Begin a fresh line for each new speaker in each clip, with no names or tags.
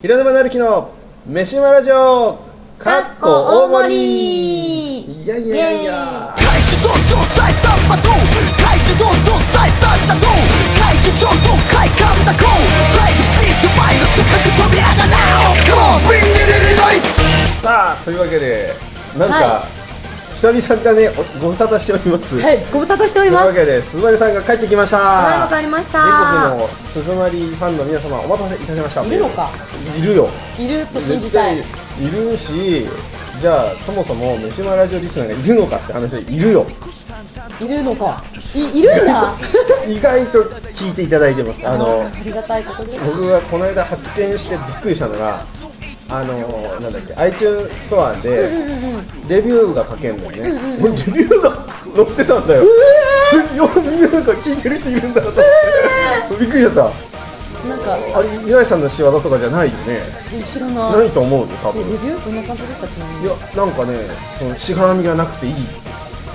平沼なるきの飯島ラジオ
かっこ大盛り
いやいやいや
怪奇少々再三罵倒怪奇道場再三打倒怪奇上等快感打 Go 大ピースマイルと格飛び上がら Now Come on bring it in noise
さあというわけでなんか、
は
久々だねおご無沙汰しております、
はい、ご無沙汰して
とい
おり
う
ま
わ
す。
けで鈴まりさんが帰ってきました
はい、わかりました。
全国の鈴まりファンの皆様お待たせいたしました
いるのか
いるよ
いると信じたい。
絶対いるしじゃあそもそも飯島ラジオリスナーがいるのかって話はいるよ
いるのか。い、いるんだ。
意外と聞いていただいてますあの
ありがたいことです。
僕がこの間発見してびっくりしたのがあのーなんだっけ iTunes ストアでレビューが書けんだよね、俺レビューが載ってたんだよ、よみんななんか聞いてる人いるんだなと思って、びっくりしちゃった
なんか、
あれ五十嵐さんの仕業とかじゃないよね、
後ろの。
な
え
いと思うよ多
レ
分
ビュー、どんな感じでした、ちな
い
みに。
やなんかねそのしがらみがなくていい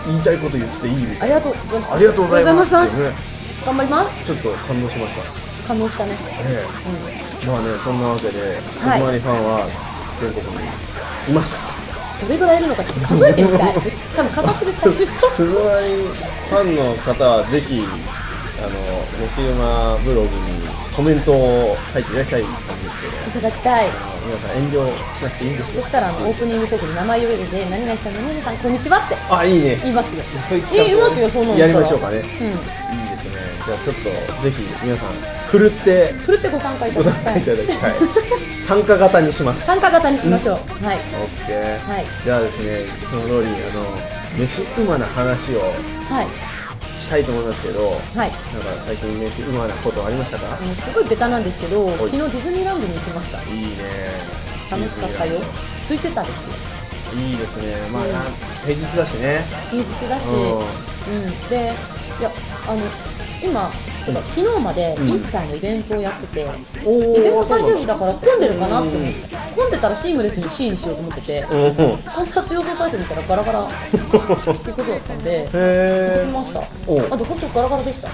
言いたいこと言ってていいみ
あ
たい
り
な
がとうございます。
ありがとうございます
あり
っ
がと
てね
うございます頑張ります。
ちょっと感動しました
感動したね。
ええまあねそんなわけで鈴
はい
まりファンは全国にいます
どれぐらいいるのか、ちょっと数えてみたい。しかも、価格で数えると。
鈴まりファンの方はぜひあの飯馬ブログにコメントを書いていらっしゃいんですけど
いただきたい。
皆さん遠慮しなくていいんです
そ
よ
したら、あのオープニングトークで名前呼べるんで、何々さん、何々さん、こんにちはって。
あいいね
言いますよ。
そういう企
言いますよ、そんな
画
の。
やりましょうかねいい
うん。
ですねじゃあちょっとぜひ皆さんふるって
ふるってご参加いた
ご
だ
参
きた
加い
い
た。だき たい参加型にします
参加型にしましょう。はい。
オッケー、
はい
じゃあですねいつも通りあの飯馬な話を
はい。
したいと思いますけど、
はい。
なんか最近飯うまなことありましたか
あ、のすごいベタなんですけど、
い
昨日ディズニーランドに行きました。
いいね
楽しかったよ。空いてたですよ。
いいですねまあ、
うん
なん平日だしね
平日だし、
う
うんん、で、いや、あの、今。てか昨日までイ
ん
ースターのイベントをやってて、
おー
イベント最終日だから混んでるかなっ
う
て思
ん
って混んでたらシームレスに C にしようと思ってて
うんへ
観察予想されてみたらガラガラっていうことだったんで
え
行きましたあ
おう
と本当ガラガラでした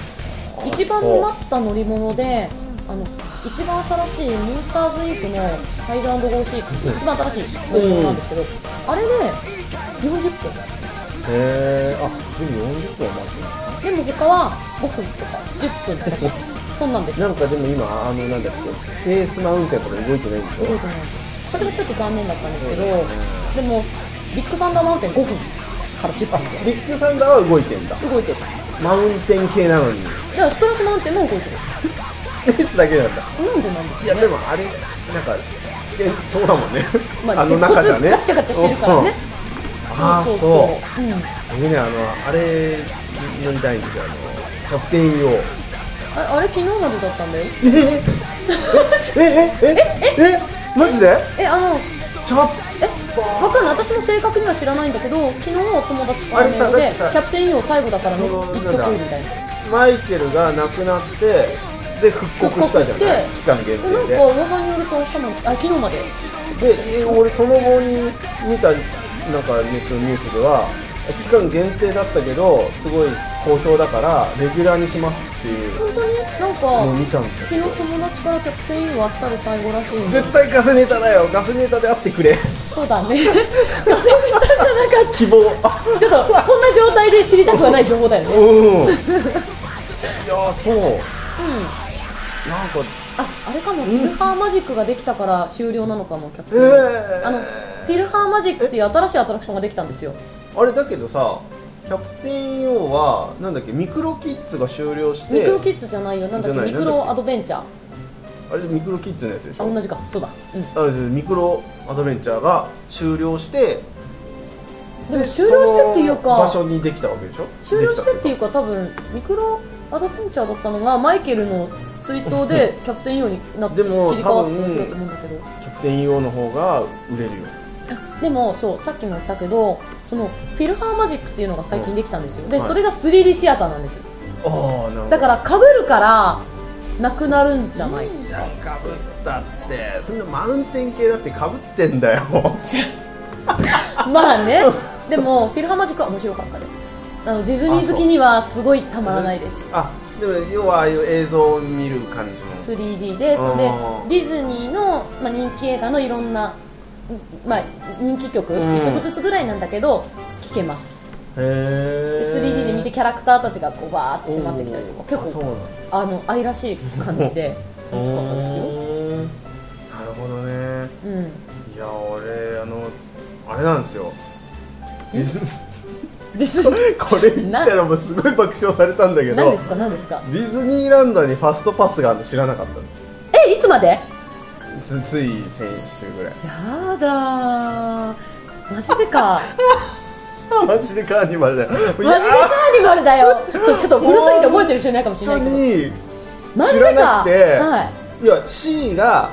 一番
そう
待った乗り物であの一番新しいモンスターズインクのハイドゴーシーク一番新しい乗り物なんですけどあれで40分
へえあでも40分は待つな
でも他は5分とか10分とかそんなんです
なんかでも今あのなんだっけスペースマウンテンとか動いてないんでしょ
動いてないですそれがちょっと残念だったんですけど
そうだね
でもビッグサンダーマウンテン5分から10
あ
分
ビッグサンダーは動いてんだ
で動いてる
マウンテン系なのに
だからスプラッシュマウンテンも動いてる
スペースだけなんだ
なんでなんです
い
か
や
ね
でもあれなんか危険そうだもんね、
まあ、
あの中じゃね
ガッチャガチャしてるからね
うんああそう
う、うん、
僕ねあのあれ乗りたいんですよあのキャプテン用
ああれ昨日までだったんだよ
えええええええマジで
えあの
ちょっ
えわかんない私も正確には知らないんだけど昨日お友達からメール
あ
で
れ
「キ
さだってさ
ャプテン E を最後だから
そ
ね
の
行っとく」みたいな
とマイケルが亡くなってで復刻したじゃない期間限
でなん
定
か
で
噂によると明日もあ昨日まで
でえ俺その後に見たなんかネットのニュースでは期間限定だったけどすごい好評だからレギュラーにしますっていう
本当になん
のを見
か
たんだ
昨日友達から「キャプテン E は明日で最後らしいんで
絶対ガセネタだよガセネタで会ってくれ
そうだねなんか
希望あ
ちょっとこんな状態で知りたくはない情報だよね
うんいやそう
うん
なんか
ああれかも、フィルハーマジックができたから終了なのかもキャプテン、
えー
あのフィルハーマジックっていう新しいアトラクションができたんですよ
あれだけどさキャプテン EO はなんだっけミクロキッズが終了して
ミクロキッズじゃないよなんだ
じゃ
っけ
ない
ミクロアドベンチャーあ
あれミクロキッズのやつでしょ
同じかそうだうん
あそうミクロアドベンチャーが終了して
でも終了してっていう
その場
か
所にできたわけでしょ
終了してっていううか多分ミクロアドベンチャーだったのがマイケルの追 悼でキャプテン用になって
で
切り
も
替わって
多
そ
分
の時だと思うんだけど
キャプテン EO の方が売れるよ
でもそうさっきも言ったけどそのフィルハーマジックっていうのが最近できたんですよで、
はい
それが 3D シアターなんですよ
ああなるほど
だから被るからなくなるんじゃない
いやかぶったってそんなマウンテン系だってかぶってんだよ
まあね、でもフィルハーマジックは面白かったです。あのディズニー好きにはすごいたまらないです。
あでも要はああいう映像を見る感じの
3D でそれで
あー
ディズニーの、まあ、人気映画のいろんな、んまあ、人気曲、
ん
1曲ずつぐらいなんだけど聴けます
へ
で 3D で見てキャラクターたちがこうバーって迫ってきたりと
おー
か
あ
結
そう
構
なんだ
あの愛らしい感じで楽しかったですよ、
うーんなるほどね
うん、
いや俺あのあれなんですよディズニー
ディズニ
これ言ったらもうすごい爆笑されたんだけ
ー
ど
何ですか何ですか
ディズニーランドにファストパスがあるの知らなかったの
えいつまでや
つつい先週ぐらい
だーマジでか
あマジでカーニバルだよ
マジでカーニバルだよそうちょっと古すぎて覚えてる人いないかもしれない
本当
けど
に
マジ
知
で
ら
か
なくて、
はい
い、や C が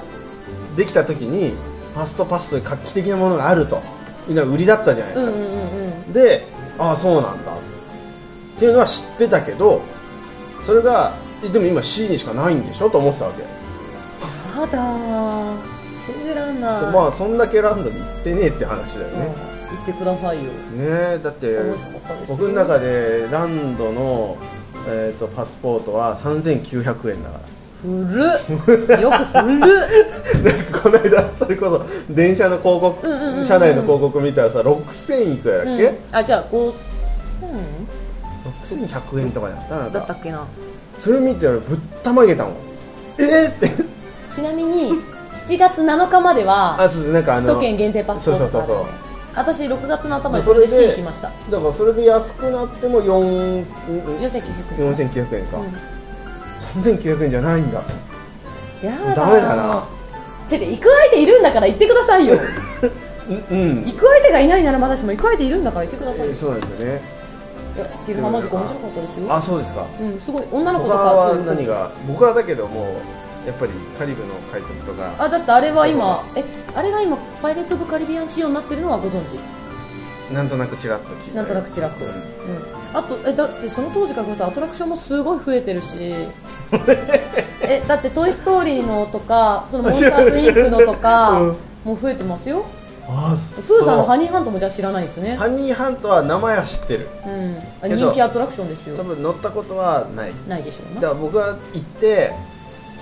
できた時にファストパスという画期的なものがあるというのは売りだったじゃないで
う
す
ん
か、
うんうんうん
でああそうなんだっていうのは知ってたけどそれがえでも今 C にしかないんでしょと思ってたわけ、
やだー信じらんな
で
い
まあそんだけランドに行ってねえって話だよね、
言ってくださいよ
ねえだって
楽しかったですよ
僕の中でランドの、えー、とパスポートは3900円だから
古っよく古っ
なんかこの間それこそ電車の広告、
うんうんうんうん
車内の広告見たらさ6000いくらだっけ、
うんあじゃあ5000
6100円とかだったなん
だった
か
っけな
それ見て俺ぶったまげたもんえっ、って
ちなみに7月7日まで
あ
は
そうそうなんかあの
首都圏限定パスポー
そう
ト
そうそうそう
があるね私6月の頭
まあ
に
そ
そ
れ
れ
で
で C 行きました
だからそれで安くなっても4 4
4900円
4900円か、
うん
3900円じゃないんだ
やだー
ダメだな
ちょっと行く相手いるんだから行ってくださいよ
うんうん
行く相手がいないならまだしも行く相手いるんだから行ってくださいよ
そうなんですよね
いや昼間マジで面白かったですよ
あそうですか
うん、すごい女の子
他
とか
は
そういう
何が僕はだけどもうやっぱりカリブの海賊とか
あだってあれは今えあれが今パイレーツ・オブ・カリビアン仕様になってるのはご存知
なんとなくチラッと聞いたり
なんとなくちらっと、
う
うんんあとえだってその当時から考えたらアトラクションもすごい増えてるしえだって「トイ・ストーリー」のとかそのモンスターズ・インクのとか、
うん
もう増えてますよ
あ
プ
そう
ーさんのハニーハントもじゃあ知らないですね、
ハニーハントは名前は知ってる
うん、
け
あ
ど
人気アトラクションです
多
よ
分乗ったことはない
ないでしょう
だから
な
僕は行って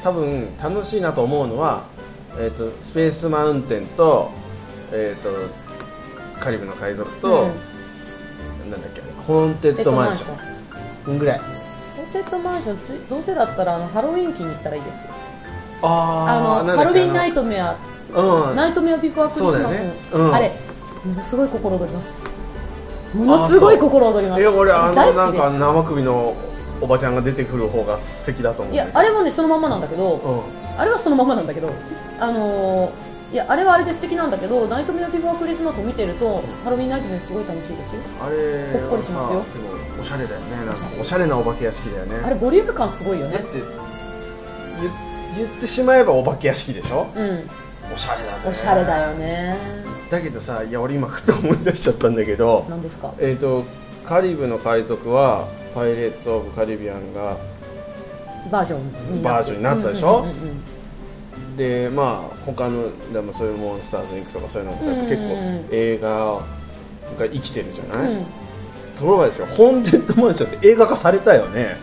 多分楽しいなと思うのは、えー、とスペースマウンテンと,、えー、とカリブの海賊と、なんだっけホーンテ
ペ
ッ
ット
ドマ
マ
ン
ン
シ
ション
ョンぐらい
ホーンテッドマンションついどうせだったらあのハロウィン期に行ったらいいですよ
あーな
あの
んだっけ
ハロウィン
あの
ナイトメア
うん
ナイトメアビフォークリス
そ
マ
う
ス、
だよねうん
あれものすごい心躍りますものすごい心躍ります
いや俺あ
私
の
大
な
好
ん
きです
か生首のおばちゃんが出てくる方が素敵だと思う
い
い
やあれもねそのままなんだけど、
うん
あれはそのままなんだけどあのーいやあれはあれで素敵なんだけどナイトメアビフォークリスマスを見てると、ハロウィンナイトメアすごい楽しいですよ
あれ
ほっこりしますよ
はさでもおしゃれだよねなんかおしゃれなお化け屋敷だよね
あれボリューム感すごいよ
だっ
ね
て言言ってしまえばお化け屋敷でしょ
うん
おしゃれだぜ
おしゃれだよね
だけどさいや俺今ふと思い出しちゃったんだけど
何ですか
えっ、とカリブの海賊はパイレーツ・オブ・カリビアンが
バージョンにな
バ
っ
ージ
て
ョンになったでしょ
うんうんうんうん
でまあ他のでもそういうモンスターズ・インクとかそういうのもさ
うんうんうん
結構映画が生きてるじゃない、
うん
ところがですよホーンテッドマンションって映画化されたよね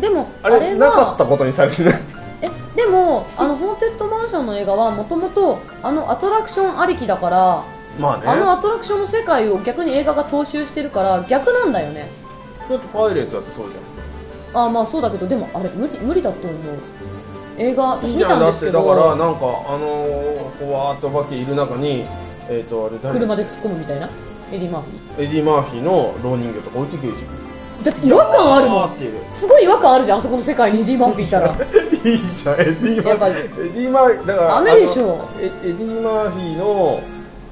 でも
あ
あ
れ
れは
なかったことにされてない
えでもあのホーンテッドマンションの映画はもともとあのアトラクションありきだから
まあね
あのアトラクションの世界を逆に映画が踏襲してるから逆なんだよね
だってパイレーツだってそうじゃん
あまあそうだけどでもあれ無理無理だと思う映画
いい
私
じ
見
ゃん
たん
だ
で
っ
す
て
け
だからなんか
ど
あのー、フォワーとバキいる中にえっ、とあれ誰
車で突っ込むみたいなエリー・マーフィ
エディ・マーフィーの浪人魚とか置いてくるじ
ーだって違和感あるも
いやーっ
ん
ていう
すごい違和感あるじゃんあそこの世界にエディ・マーフィーい たら
ゃん いいじゃんエディ・マ
やっぱ
ー
り
フィーエディ・マーフィーだから
ダメでしょ
あのエエディ・マーフィーの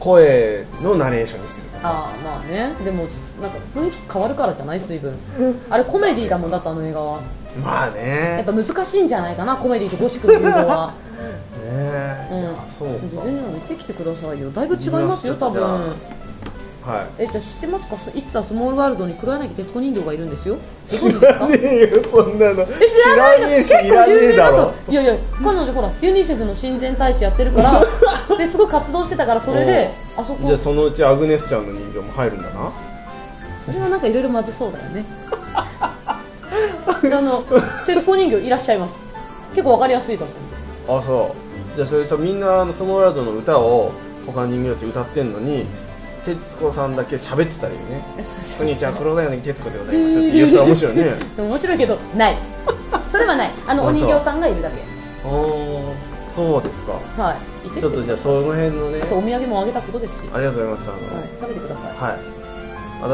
声のナレーションにする
ああまあねでもなんか雰囲気変わるからじゃない随分あれコメディだもんだってあの映画は
まあ
やっ
ね
ぱ難しいんじゃないかなコメディとゴシックの融合は
ねえ、
うん
いやそう
ディ
か
ズニーランド行ってきてくださいよだいぶ違いますよ多
いや
分
は
えじゃあ知ってますか「イッツ・ア・スモール・ワールド」に黒柳徹子人形がいるんですよ
い
ご
知
存知です
ら
か
ねえよそんなの
え知らないの
ねえし
結構
いらね
有
えだ
名だ
ろ
といやいや彼女ほらユニセフの親善大使やってるか らですごい活動してたからそれであそ
じゃ
こ
あそのうちアグネスちゃんの人形も入るんだな
それはなんかいろいろまずそうだよねであの徹子人形いらっしゃいます結構わかりやすい場所
あそうじゃあそれさみんなあのスモーラードの歌を他の人形たち歌ってんのに徹子さんだけ喋ってたらいいよね
えそ
こ
うん
にち は黒田柳徹子でございますって言うたら面白いね
でも面白いけどないそれはないあの
あ
お人形さんがいるだけ
ああそうですか
はいいて
ちょっとじゃあその辺のね
そうお土産もあげたことですし、は
ありがとうございますあの、
い、食べてください
はい、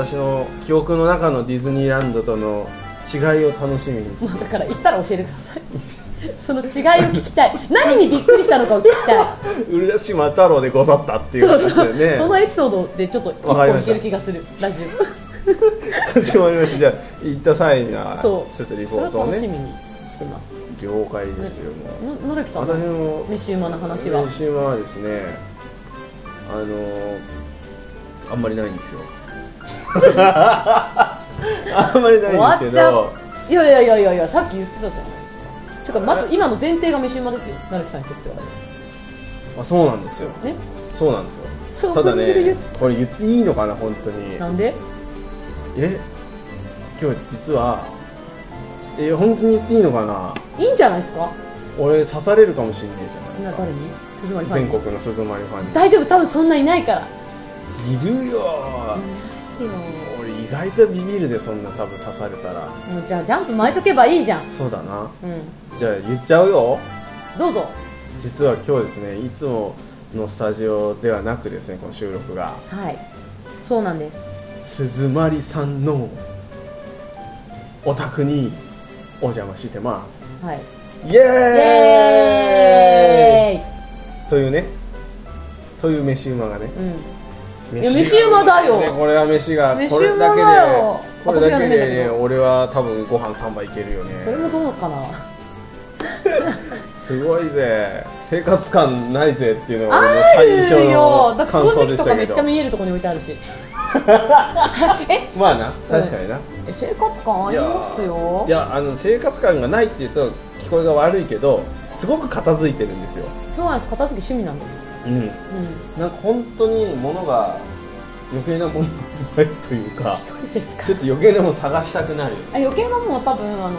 私の記憶の中のディズニーランドとの違いを楽しみ に
もうだから行ったら教えてください その違いを聞きたい何にびっくりしたのかを聞きたい
浦島太郎でござったっていう
そう
話
そ
だ
う、
よね
そのエピソードでちょっと一
わかり
本
ま
い
した
ける気がするラジ
かしこまりましたじゃあ行った際に
オ
はちょ
そ
っ
う
とリポートを
それを
ね
楽しみにしてます
了解ですよもう
ののるきさん
私
の
の
飯馬の話は
飯島はですねあのーあんまりないんですよあんまり
終
な
わ
いんで
っ
す
ち
け
ゃ
ど
ういやいやいやいやいやさっき言ってたじゃないですかてかまず今の前提が飯馬ですよなるきさんにとっては
あそうなんですよ
ね
そうなんで
そ
す
う
よただ
言
ね
って
これ言っていいのかな本当に
なんで
え今日実はえ本当に言っていいのかない
いんじゃないですか
俺刺されるかもしんねえじゃ
な誰に鈴まり
ん
ファン
全
に
国の鈴まりファン
大丈夫多分そんないないから
にいるよ俺意外とビビるぜそんな多分刺されたら
もうじゃあジャンプ巻いとけばいいじゃん
そうだな
うん
じゃあ言っちゃうよ
どうぞ
実は今日ですねいつものスタジオではなくですねこの収録が
はいそうなんです
鈴まりさんのお宅にお邪魔してます
はい
イエ
イ
ーイ
エ
というねという飯馬がね
ーイうん
飯
いや飯馬だよ
ねこれは飯が
飯馬
これだけで
だよ
これだけ
私が飲んだ
で
け
ね
ど
俺は多分ご飯3杯いけるよね
それもどうかな
すごいぜ生活感ないぜっていうのが俺の
あ
最初
るよだ
の
って
感
掃除
想で
機
し
と
たけ
かめっ
ど
ちゃ見えるとこに置いてあ るし
まあな確かにな、
え生活感ありますよ
いやあの生活感がないっていうと聞こえが悪いけどすごく片付いてるんですよ
そうなんです片付け趣味なんです
うん
うん
なんか本当に物が余計なものがないという か
いいですか
ちょっと余計なもの探したくなる
あ余計なものは多分あの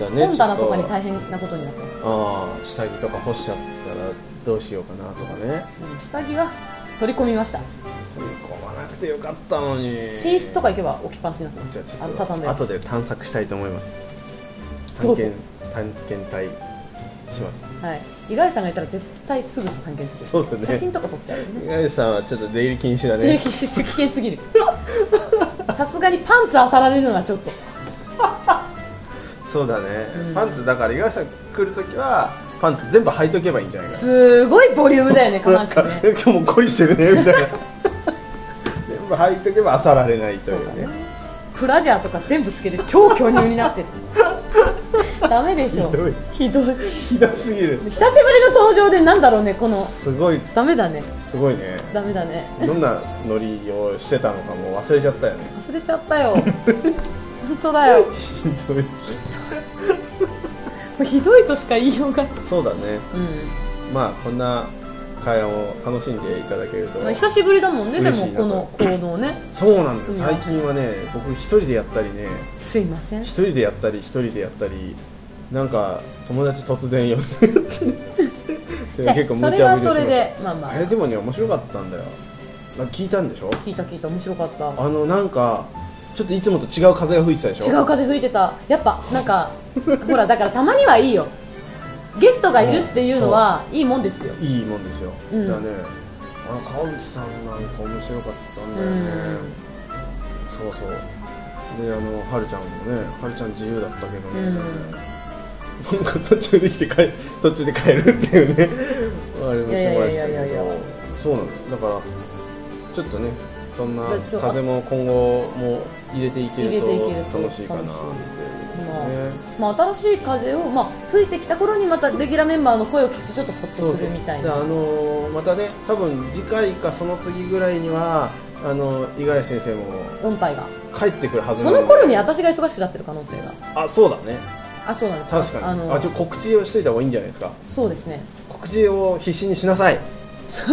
だね
本棚とか
ちょ
に
っ
大変なことになってます
ああ下着とか干しちゃったらどうしようかなとかね
うん下着は取り込みました
取り込まなくてよかったのに
寝室とか行けば置きっぱなしになってま
じゃあ
す
ち
あ
ょ
の
っと
畳んで
後で探索したいと思います探
どうぞ
検探検隊します
はい五十嵐さんがいたら絶対すぐ探検する
そうだね
写真とか撮っちゃうよね
五十嵐さんはちょっと出入り禁止だ
定
ね
期失危険すぎるさすがにパンツあさられるのはちょっと
そうだね、
うん
パンツだから五十嵐さん来るときはパンツ全部履いとけばいいんじゃないか
すごいボリュームだよね下
な
半
んか
身ね
今日もこりしてるねみたいな 全部履いとけば漁られないとい
そう
う
だ
ね
ねプラジャーとか全部つけて超巨乳になってるダメでしょひどい
ひどすぎる
久しぶりの登場でなんだろうねこの
すごい
ダメだね
すごいね
ダメだね
どんなノリをしてたのかもう忘れちゃったよね
忘れちゃったよ本当だよも
ひどいう
ひどいとしか言いようが
そうだね
う
まあこんな会話も楽しんでいただけると
ん久しぶりだもんねで
嬉
も
しいな
この行動ね
そうなんですよ
いや
最近はね僕一人でやったりね
すいません
一人でやったり一人でやったりなんか友達突然呼んでやったり って
ね
結構
そ
無
れ
茶ぶ
は
りしま
それ
し
でまあま
た
あ
あれでもね面白かったんだよなんか聞いたんでしょ
聞いた聞いた面白かった
あのなんかちょっといつもと違う風が吹いてたでしょ
違う風吹いてたやっぱなんか ほらだからたまにはいいよゲストがいるっていうのはいいもんですよ
いいもんですよ、
うん
だねあの川口さんなんか面白かったんだよね、そうそうであのはるちゃんもねはるちゃん自由だったけどね、
うん
なんか途中で来て帰途中で帰るっていう ねあれもしてました
いやいやいやい
け
やいや
どそうなんですだからちょっとねそんな
じゃあちょ
風も今後も入れていける
入れていける
と
と
楽しいかなって
楽し
いう
まあ
ね
まあ、新しい風を、まあ、吹いてきた頃にまたレギュラーメンバーの声を聞くとちょっとホッとするみたい
であ
な
のーまたね多分次回かその次ぐらいにはあのー五十嵐先生も
音体が
帰ってくるはず
そ
なの
の頃に私が忙しくなってる可能性が
あそうだね
あそうなんです
確かにあ
あの
ちょ告知をしといた方がいいんじゃないですか
そうです ね
告知を必死にしなさい
そ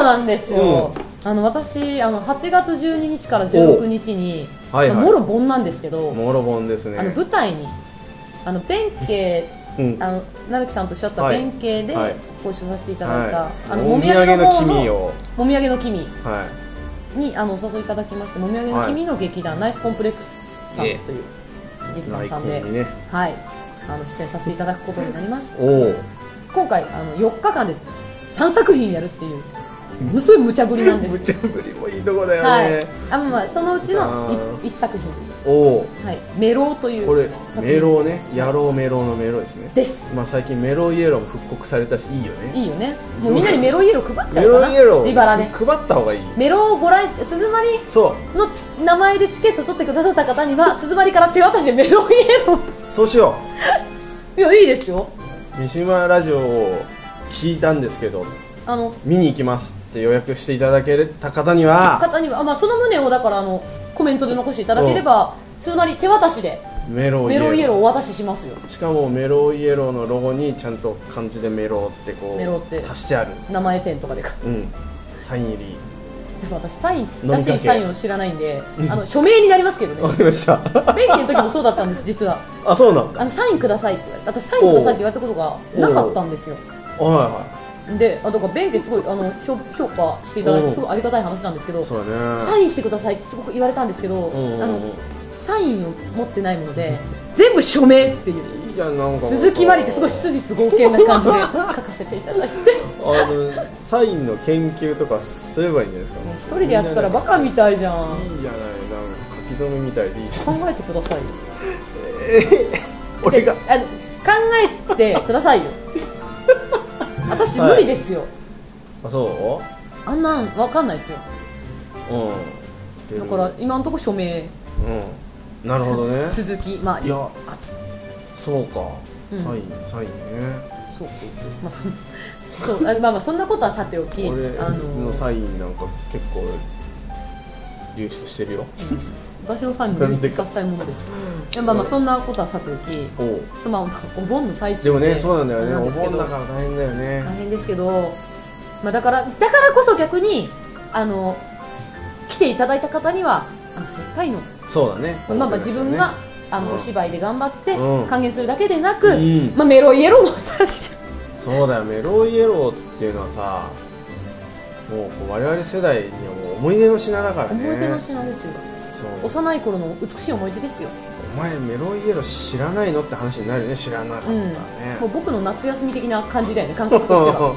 うなんですよ、あの私あの8月12日から16日に
はいはい
もろ盆なんですけど、
モロボンですね
あの舞台にあの弁慶、
うん
あの成木さんとおっしゃった
はい
弁慶で
はい
ご一緒させていただいた、
はい
あの
も
も
み
み
あ
あ
げ
げ
の
の
君
方の
よ
もみあげの君
はい
にあのお誘いいただきましてもみあげの君の劇団、ナイスコンプレックスさん
ええ
という劇団
大
さん
根
で、
にね
はいあの出演させていただくことになりまして
おお
今回あの4日間です3作品やるっていうものすごい無茶ぶりなんで す
無茶ぶりもいいとこだよね、
はいあまあまあそのうちの
あー
1, 作品
おお
はいメロウという
これ
作品
メロね野郎メロのメロですね
です
まあ最近メロイエローも復刻されたしいいよね
いいよねもうみんなにメロイエロー配っちゃ
メ
うか
ロ
な
イエロー
自腹で
配った方がいい
メロをご来鈴まり
そ
のち名前でチケット取ってくださった方に は鈴まりから手渡しでメロイエロー
うそうしよ
いやいいですよ
う三島ラジオを聞いたんですけど
あの
見に行きますって予約していただけた方には
方にはあ、まあ、その旨をだからあのコメントで残していただければ鈴まり手渡しで
メロイ
メ
エロ
ロイエロー
ー
をお渡ししますよ
しかもメロイエローのロゴにちゃんと漢字でメロってこ
メロって
う足してある
名前ペンとかで か
うんサイン入り
でも私サイン
け
らしいサインを知らないんであの署名になりますけど
わ
ね
かりました
弁慶の時もそうだったんです実は
あそうなんだ
あのサインくださいって言われ私サインくださいって言われたことがなかったんですよ
はい
であだから弁慶すごいあの評評価していただい
おう
てすごいありがたい話なんですけ
は
ど
いそうだね
サインしてくださいってすごく言われたんですけど
うんうんうん
あのサインを持ってないもので全部署名っていう
いいじゃんなんか
鈴木まりってすごい質実剛健な感じで書かせていただいて
あのサインの研究とかすればいいんじゃないですか
一人でやってたらバカみたいじゃん
いいじゃないなんか書き初めみたいでいいじゃ
考
ん
えてくださいよ
俺が
じゃああの考えてください よ私
はい
無理ですよ、
あそ
あんなん分かんないですよ
ううん出
だ
る
から今のところ署名
うんなるほどね
鈴木まあ
いや
かつ
そうか
うん
サインサインね
そうまあそんそうあまあまあそんなことはさておき
俺
あ
の
の
サインなんか結構流出してるよ
私のサインも流出させたいものですいやまあまあそんなことはさておき
おう
そうまあお盆の最中
でもねそうなんだよ
あれ
ねお
ですけ
盆
ど
だから大変だよね
大変ですけど、まあ、だからだからこそ逆にあの来ていただいた方にはあの世界の
そうだね
まあまあ自分が、あ
う
の
ん
お芝居で頑張って
うん
還元するだけでなく、
うん
まあ、メロイエローもさし
そうだよメロイエローっていうのはさもうこう我々世代にはもう思い出の品だからね
思い出の品ですよ
そう
幼い頃の美しい思い出ですよ、
お前メロイエロー知らないのって話になるよね知らなかった
う
ら
ん
ね、
もう僕の夏休み的な感じだよね感覚として は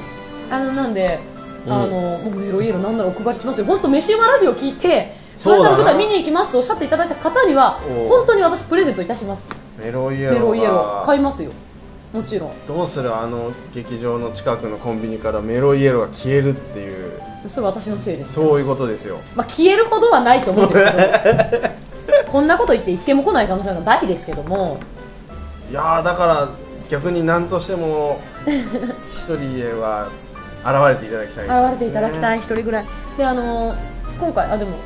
あのなんで、
うん
あのもうメロイエローなんならお配りしますよ本当飯島ラジオ聞いて
そ
そうう
だ
さ
なん
のことは見に行きますとおっしゃっていただいた方には
おう
本当に私プレゼントいたします
メロイエロー
メロイエロー
が
買いますよもちろん
どうするあの劇場の近くのコンビニからメロイエローが消えるっていう
それは私のせいです
そういうことですよ
まあ、消えるほどはないと思うんですけ どこんなこと言って一件も来ない可能性が大ですけども
いやーだから逆に何としても一人は現れていただきたいですね、
現れていただきたい一人ぐらいであのー今回あでも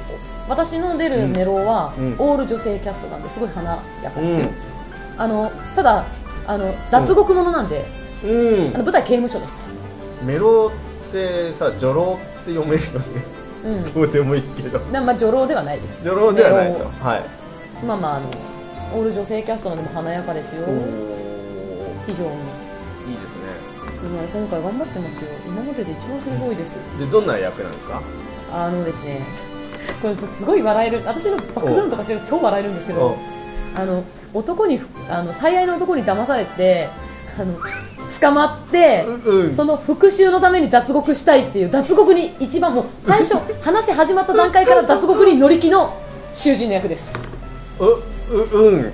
私の出るメロは、
うんうん
オール女性キャストなんですごい華やかですよ、
うん
あのただあの脱獄者なんで、
うん
あの舞台刑務所です
メロってさ、女郎って読めるよね。
うん
どうでもいいけど。
でまあ女郎ではないです
女郎ではないと。
メ
はい。
ロまあまああのオール女性キャストなんでも華やかですよ
おー
非常に
いいですね。
すごい今回頑張ってますよ今までで一番それが多いです
で、どんな役なんですか。
あのですね、これすごい笑える、私のバックグラウンドとかしてると超笑えるんですけど、あの男にふあの最愛の男に騙されて、あの捕まって、
うん
その復讐のために脱獄したいっていう脱獄に一番もう最 初話始まった段階から脱獄に乗り気の囚人の役です。
う、う、うん。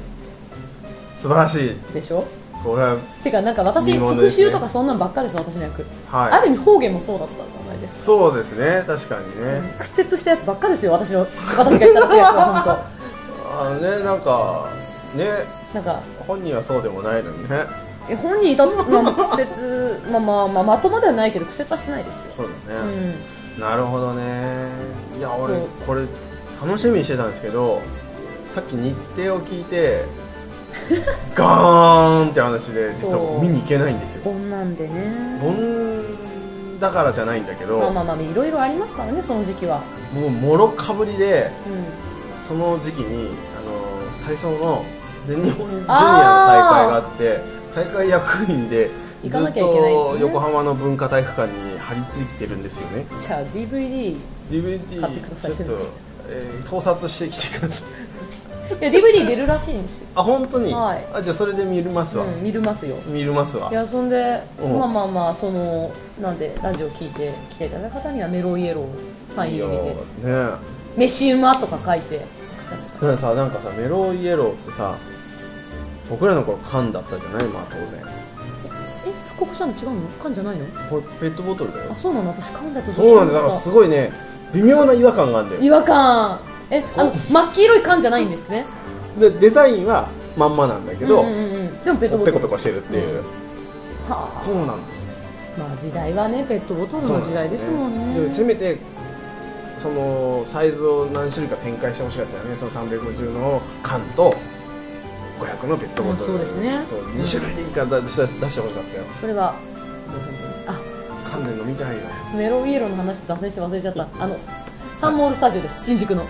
素晴らしい。
でしょ？
これは、
てかなんか私、
見
復
ものですね
讐とかそんなんばっかです私の役。
はい
ある意味方言もそうだったじゃないですか。
そうですね。確かにね。
屈折したやつばっかですよ私の私がいただく役は本
あのね、なんか、ね、
当なんか。
本人はそうでもないのにね。
え本人いた、まあまあ、屈折、まあまあまあ、まともではないけど屈折はしないですよ、
そうだ
う
ね。
ん、
なるほどね。いや、俺
そう、
これ、楽しみにしてたんですけど。さっき日程を聞い て。ガーンって話で、実は
そう
見に行けないんですよ。
こんなんでね
盆だからじゃないんだけど、
まあまあまあいろいろありますからねその時期は、
もうもろかぶりで
う
その時期にあの体操の全日本ジュニアの大会があって大会役員で
行かなきゃいけないですよね
ずっと横浜の文化体育館に張り付いてるんですよね
じゃあ DVD い
DVD
買ってください
ちょっ
せ
と
めて、
えー盗撮してきてください
や DVD 出るらしいんですよ、
あ本当に、
はい
あじゃあそれで見るますわ、
うん、見るますよ
見るますわ
いやそんで、
うん
まあまあまあそのなんでラジオ聞いて来ていただいた方にはメロンイエローサイン
よ
入りで
ね
「飯馬」とか書いて送ったりとか
たださなんかさメロイエローってさ僕らの頃缶だったじゃないまあ当然
え復刻したの違うの缶じゃないの
これペットボトルだよ
あそうなの私缶だと
そうなんだだからすごいね微妙な違和感があるんだよ
違和感えあの真っ黄色い缶じゃないんですね
でデザインはまんまなんだけど、
うんうんうん、でもペットボ
ペ
トル
コペコしてるっていう、
は
そうなんですよ
あまあ時代はねペットボトルの時代ですもんね
でもせめてそのサイズを何種類か展開してほしかったよねその350の缶と500のペットボトル
うんそうですね
と2種類以下出し出してほしかったよ
それはあ
缶で飲みたいよ
メロンイエローの話脱線して忘れちゃったあのサンモールスタジオです新宿の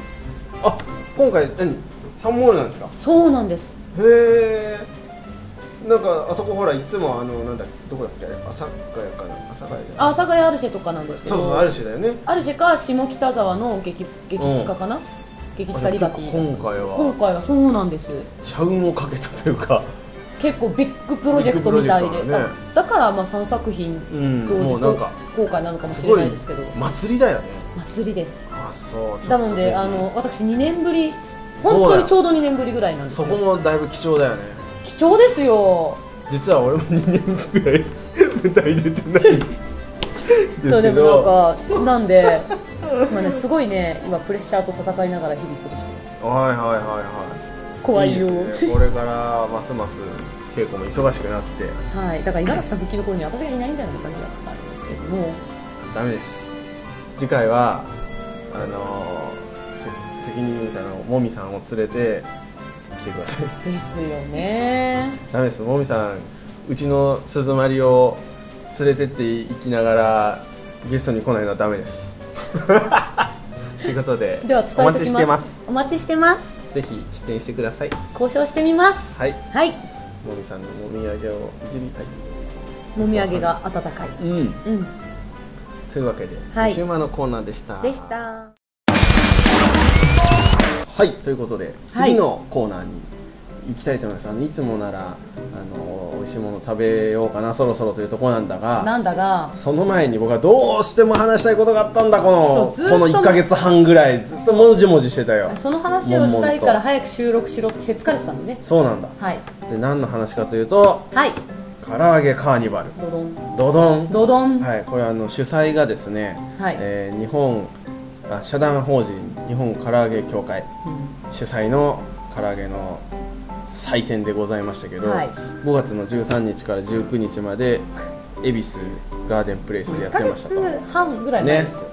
あ今回何サンモールなんですか
そうなんです
へえなんかあそこほらいつもあのなんだっけどこだっけあれ朝ヶ谷かな朝ヶ谷じゃない
あ阿佐ヶ谷アルシェとかなんですけ
そ
ど
うそうある種だよね
アルシェか下北沢の激激地下かな、激地下リバティ
今回
今
は
回はそうなんです
社運をかけたというか
結構ビッグプロジェクトみたい
ビ
で、
ッグプロジェクトだね
あだからまあ3作品
うん
同時
もうなんか
公開なのかもし
す
れ
ごい
ないですけど
祭りだよね
祭りです
あそう
なのであの私2年ぶり本当にちょうど2年ぶりぐらいなんです
そ
よ
こもだいぶ貴重だよね
貴重ですよ
実は俺も2年ぐらい舞台出てないんですけど
そうでもなんかなんでまあねすごいね今プレッシャーと戦いながら日々過ごしてます
はいはいはいはい
怖いよ
ですねこれからますます稽古も忙しくなって
はい、だから稲垣さん復帰の頃には私がいないんじゃないかなってあるんですけども
ダメです次回はあのせ責任者のもみさんを連れて来てください
ですよね
ダメですもみさんうちの鈴まりを連れてっていきながらゲストに来ないのはダメです ということで
では伝えておき
お待ちしてま
ますすお待ちしてます
ぜひ出演してください
交渉してみます
はい
はい
もみさんのもみあげをいじりたい
もみあげが温かい
うん
うん
というわけで「
はい
シューマのコーナーでした
でした
はいということで
はい
次のコーナーに行きたいと思います、あのいつもならあの美味しいもの食べようかなそろそろというところなんだが
なんだが
その前に僕はどうしても話したいことがあったんだこの
そうずっ
ことの1か月半ぐらいずっともじもじしてたよ
その話をしたいか
悶々と
ら早く収録しろってせつかれてたのね
そうなんだ
はい
で何の話かというと
はい
唐揚げカーニバル
ドドン
ドドン
ドドン
はいこれはあの主催がですね、
はい
えー日本あ社団法人日本唐揚げ協会主催の唐揚げの祭典でございましたけど、
はい
5月の13日から19日まで恵比寿ガーデンプレイスでや
1
って
ヶ
ましたと
月半ぐらい前ですよ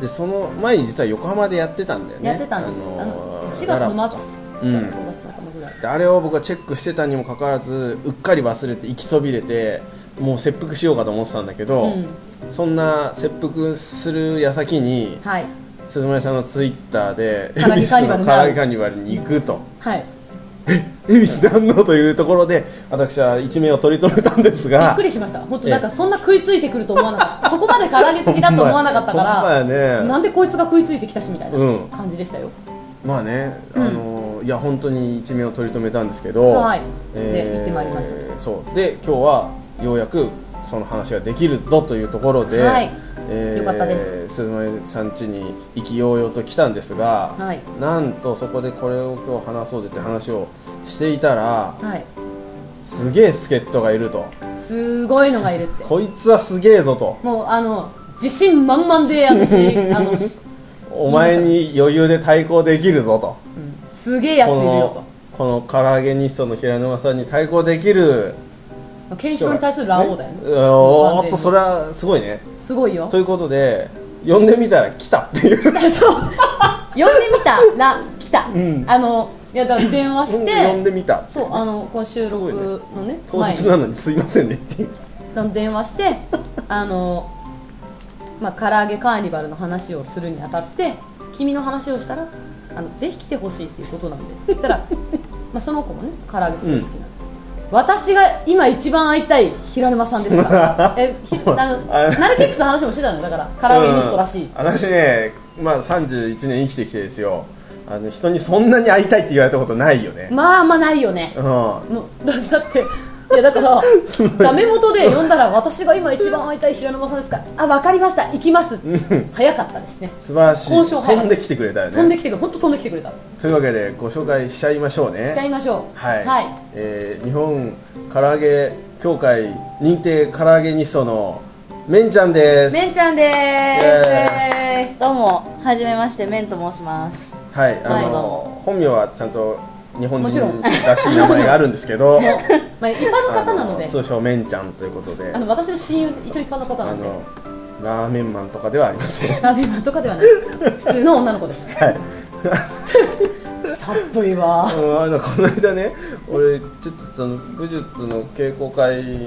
でその前に実は横浜でやってたんだよね
やってたんですあの4月
奈良
の
とか
末
うん
5月頭ぐらい
であれを僕はチェックしてたにもかかわらずうっかり忘れて行きそびれてもう切腹しようかと思ってたんだけど、
うん
そんな切腹する矢先に
はい
鈴村さんのツイッターで
唐揚げカーニバル
の
に
唐
なる
揚げカーニバルに行くと
はい
恵比寿なんのというところで私は一命を取り留めたんです
びっ
が
くりしました本当なんかそんな食いついてくると思わなかったそこまで唐揚げ好きだと思わなかったか
ほんまや
ら、
ほんまやね
なんでこいつが食いついてきたしみたい
うん
な感じでしたよ、
まあね、あ
ん
のいや本当に一命を取り留めたんですけど、
はいで行ってまいりました
とそうで今日はようやくその話ができるぞというところで、
はい
え
よかったです
鈴森さん家に意気揚々と来たんですが、
はい
なんとそこでこれを今日話そうでって話をしていたら、
はい
すげえ助っ人がいると
すごいのがいるって
こいつはすげえぞと
もうあの自信満々で私あの、
お前に余裕で対抗できるぞと。
すげえやつい
こ
るよ
のこの唐揚げニストの平沼さんに対抗できる
とケンシロウに対するラオウだよね
ねおーっと
完全に
それはすごいね
すごいよ
ということで呼んでみたら来たっていう
そう呼んでみたら来た、
ん
あのいやだから電話して、
呼んでみたって
そうあのこの収録のね
当日なのにすいませんねっていう
の電話して あの、まあ、唐揚げカーニバルの話をするにあたって君の話をしたらあのぜひ来てほしいっていうことなんで言ったら まあその子もね唐揚げすごい好きなんで、私が今一番会いたい平沼さんですから えひあの
あ
ナルキックスの話もしてたのよだから唐揚げニストらしい、
うん私ねまあ31年生きてきてですよあの人にそんなに会いたいって言われたことないよね、
まああんまないよね、
うん
もうだだっていやだ からダメ元で呼んだら私が今一番会いたい平沼さんですかあわかりました行きます早かったですね
素晴らしい
交渉早かった
飛んできてくれたよ
飛んで
ね
きてくれ本当飛んできてくれた
というわけでご紹介しちゃいましょうね
しちゃいましょう
はい、えー日本唐揚げ協会認定唐揚げニストのめんちゃんです
めんちゃんでーす
どうも、はじめまして、メンと申します。
はいあ
はい
の本名はちゃんと日本
もちろ
人
ん
らしい名前があるんですけ ど
まあ一般の方なので
あ通称めんちゃんということで
あの私の親友一応一般の方
あ
なので
のラーメンマンとかではありません は
ラーメンマンとかではない普通の女の子です
い
さっぽいわ
うんあのこの間ね俺ちょっとその武術の稽古会の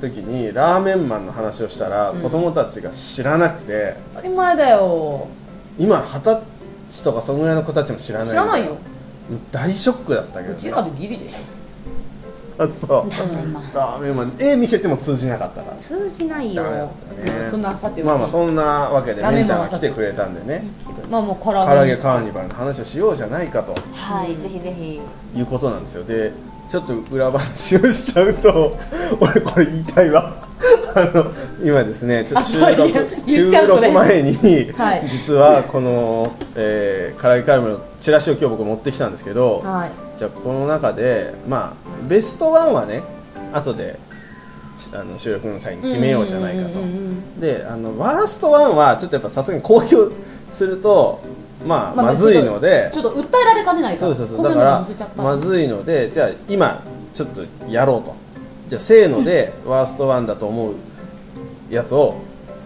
時にラーメンマンの話をしたら、子供たちが知らなくて
当たり前だよ
今二十歳とかそのぐらいの子たちも知らない
知らないよ
大ショックだったけど、
う
ね、
ちらでギリですよ
あ そう
ラーメンマン
ラーメンマン絵見せても通じなかったから
通じないよ
ダメだったね
うんそんなさておき
まあまあそんなわけで
ラーメンマン
めんちゃんが来てくれたんでね
まあもう唐
唐揚
揚げ
げカーニバルの話をしようじゃないかと
はい、ぜひぜひ。
いうことなんですよでちょっと裏話をしちゃうと 俺これ言いたいわ あの今ですねちょっと収
あそういや
録
言
収
っちゃうそれ
録前に、
はい
実はこの、えー、唐揚げカーニバルのチラシを今日僕持ってきたんですけど、
はい
じゃあこの中でまあベストワンはね後でしあの収録の際に決めようじゃないかと
うんうんうんうん
であのワーストワンはちょっとやっぱさすがに公表するとまあ
まあ
まずいので、
ちょっと訴えられかねないか
そう
ら
そうそう
こ
だ
ん
か
なの
ら
載せちゃった
まずいのでじゃあ今ちょっとやろうとじゃあせーのでワーストワンだと思うやつを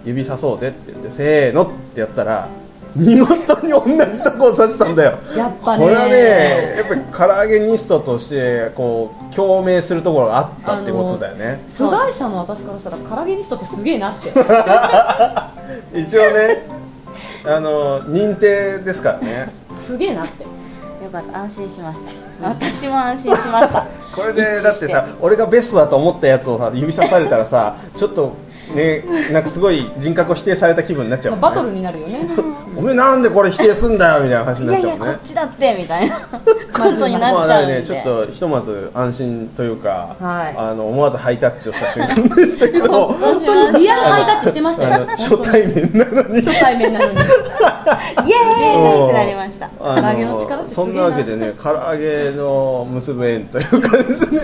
指さそうぜって言ってせーのってやったら見事に同じとこを指したんだよ
やっぱね
これはねやっぱり唐揚げニストとしてこう共鳴するところがあったってことだよね、
被害者の私からしたら唐揚げニストってすげえなって
一応ねあの認定ですからね
すげえなって
よかった、安心しました。私も安心しました。
これで
一致
だって
して
さ俺がベストだと思ったやつをさ指さされたらさちょっとねなんかすごい人格を否定された気分になっちゃう
まあ
もん、ね
バトルになるよね
おめえなんでこれ否定すんだよみたいな話に
い
なっ
やい
ちゃう
や、
も
こ
んね
っちだってみ たいな。ことになっ
まあ
ち
だ
ゃ
か
うん
ら
で。
ねちょっとひとまず安心というか、
はい
あの思わずハイタッチをした瞬間でしたけ ど
本当にリアルハイタッチしてました
あの
よ
初対面なのに
初対面な のに
イエーイってなりました。
あ
唐揚げの力ってすげ
そ
えなん
なわけでね唐揚げの結ぶ縁というかですね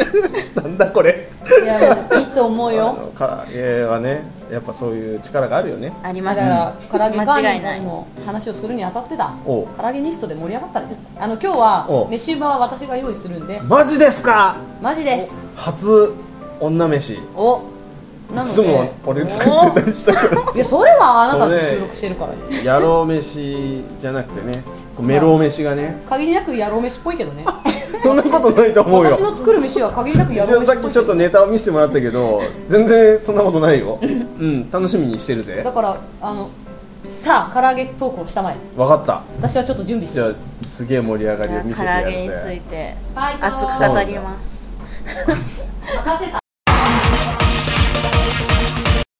なんだこれ
いやいいと思う
あ
よ
の唐揚げはねやっぱそういう力があるよね
ありま
だ
す
か。ら唐揚げカー
間違
ニ
い
バ
な
ル
い
の話をするにあたってだ
おう
唐揚げニストで盛り上がったらいいじゃんあの今日
お
は
う
飯場は私が用意するんで
マジですか
マジです
初女飯い
お、
なの
つも
で
俺作ってたりしたから
いやそれはあなたたち収録してるから
やろう飯じゃなくてねこうメロウ飯がね
限りなく野郎飯っぽいけどね
そんなことないと思うよ
私の作る飯は限りなく野
一
郎
応
飯
さ
っ
っ
ぽい
き
け
ちょ
ど
っとネタを見せてもらったけど全然そんなことないようん楽しみにしてるぜ
だからあのさあ唐揚げ投稿したまえ
わかった
私はちょっと準備し
じ
て
ゃあすげえ盛り上がり
じゃ
を見せて
あ
や
唐
る
揚げについ
ぜ
て
ファイト
熱く語ります。
任せた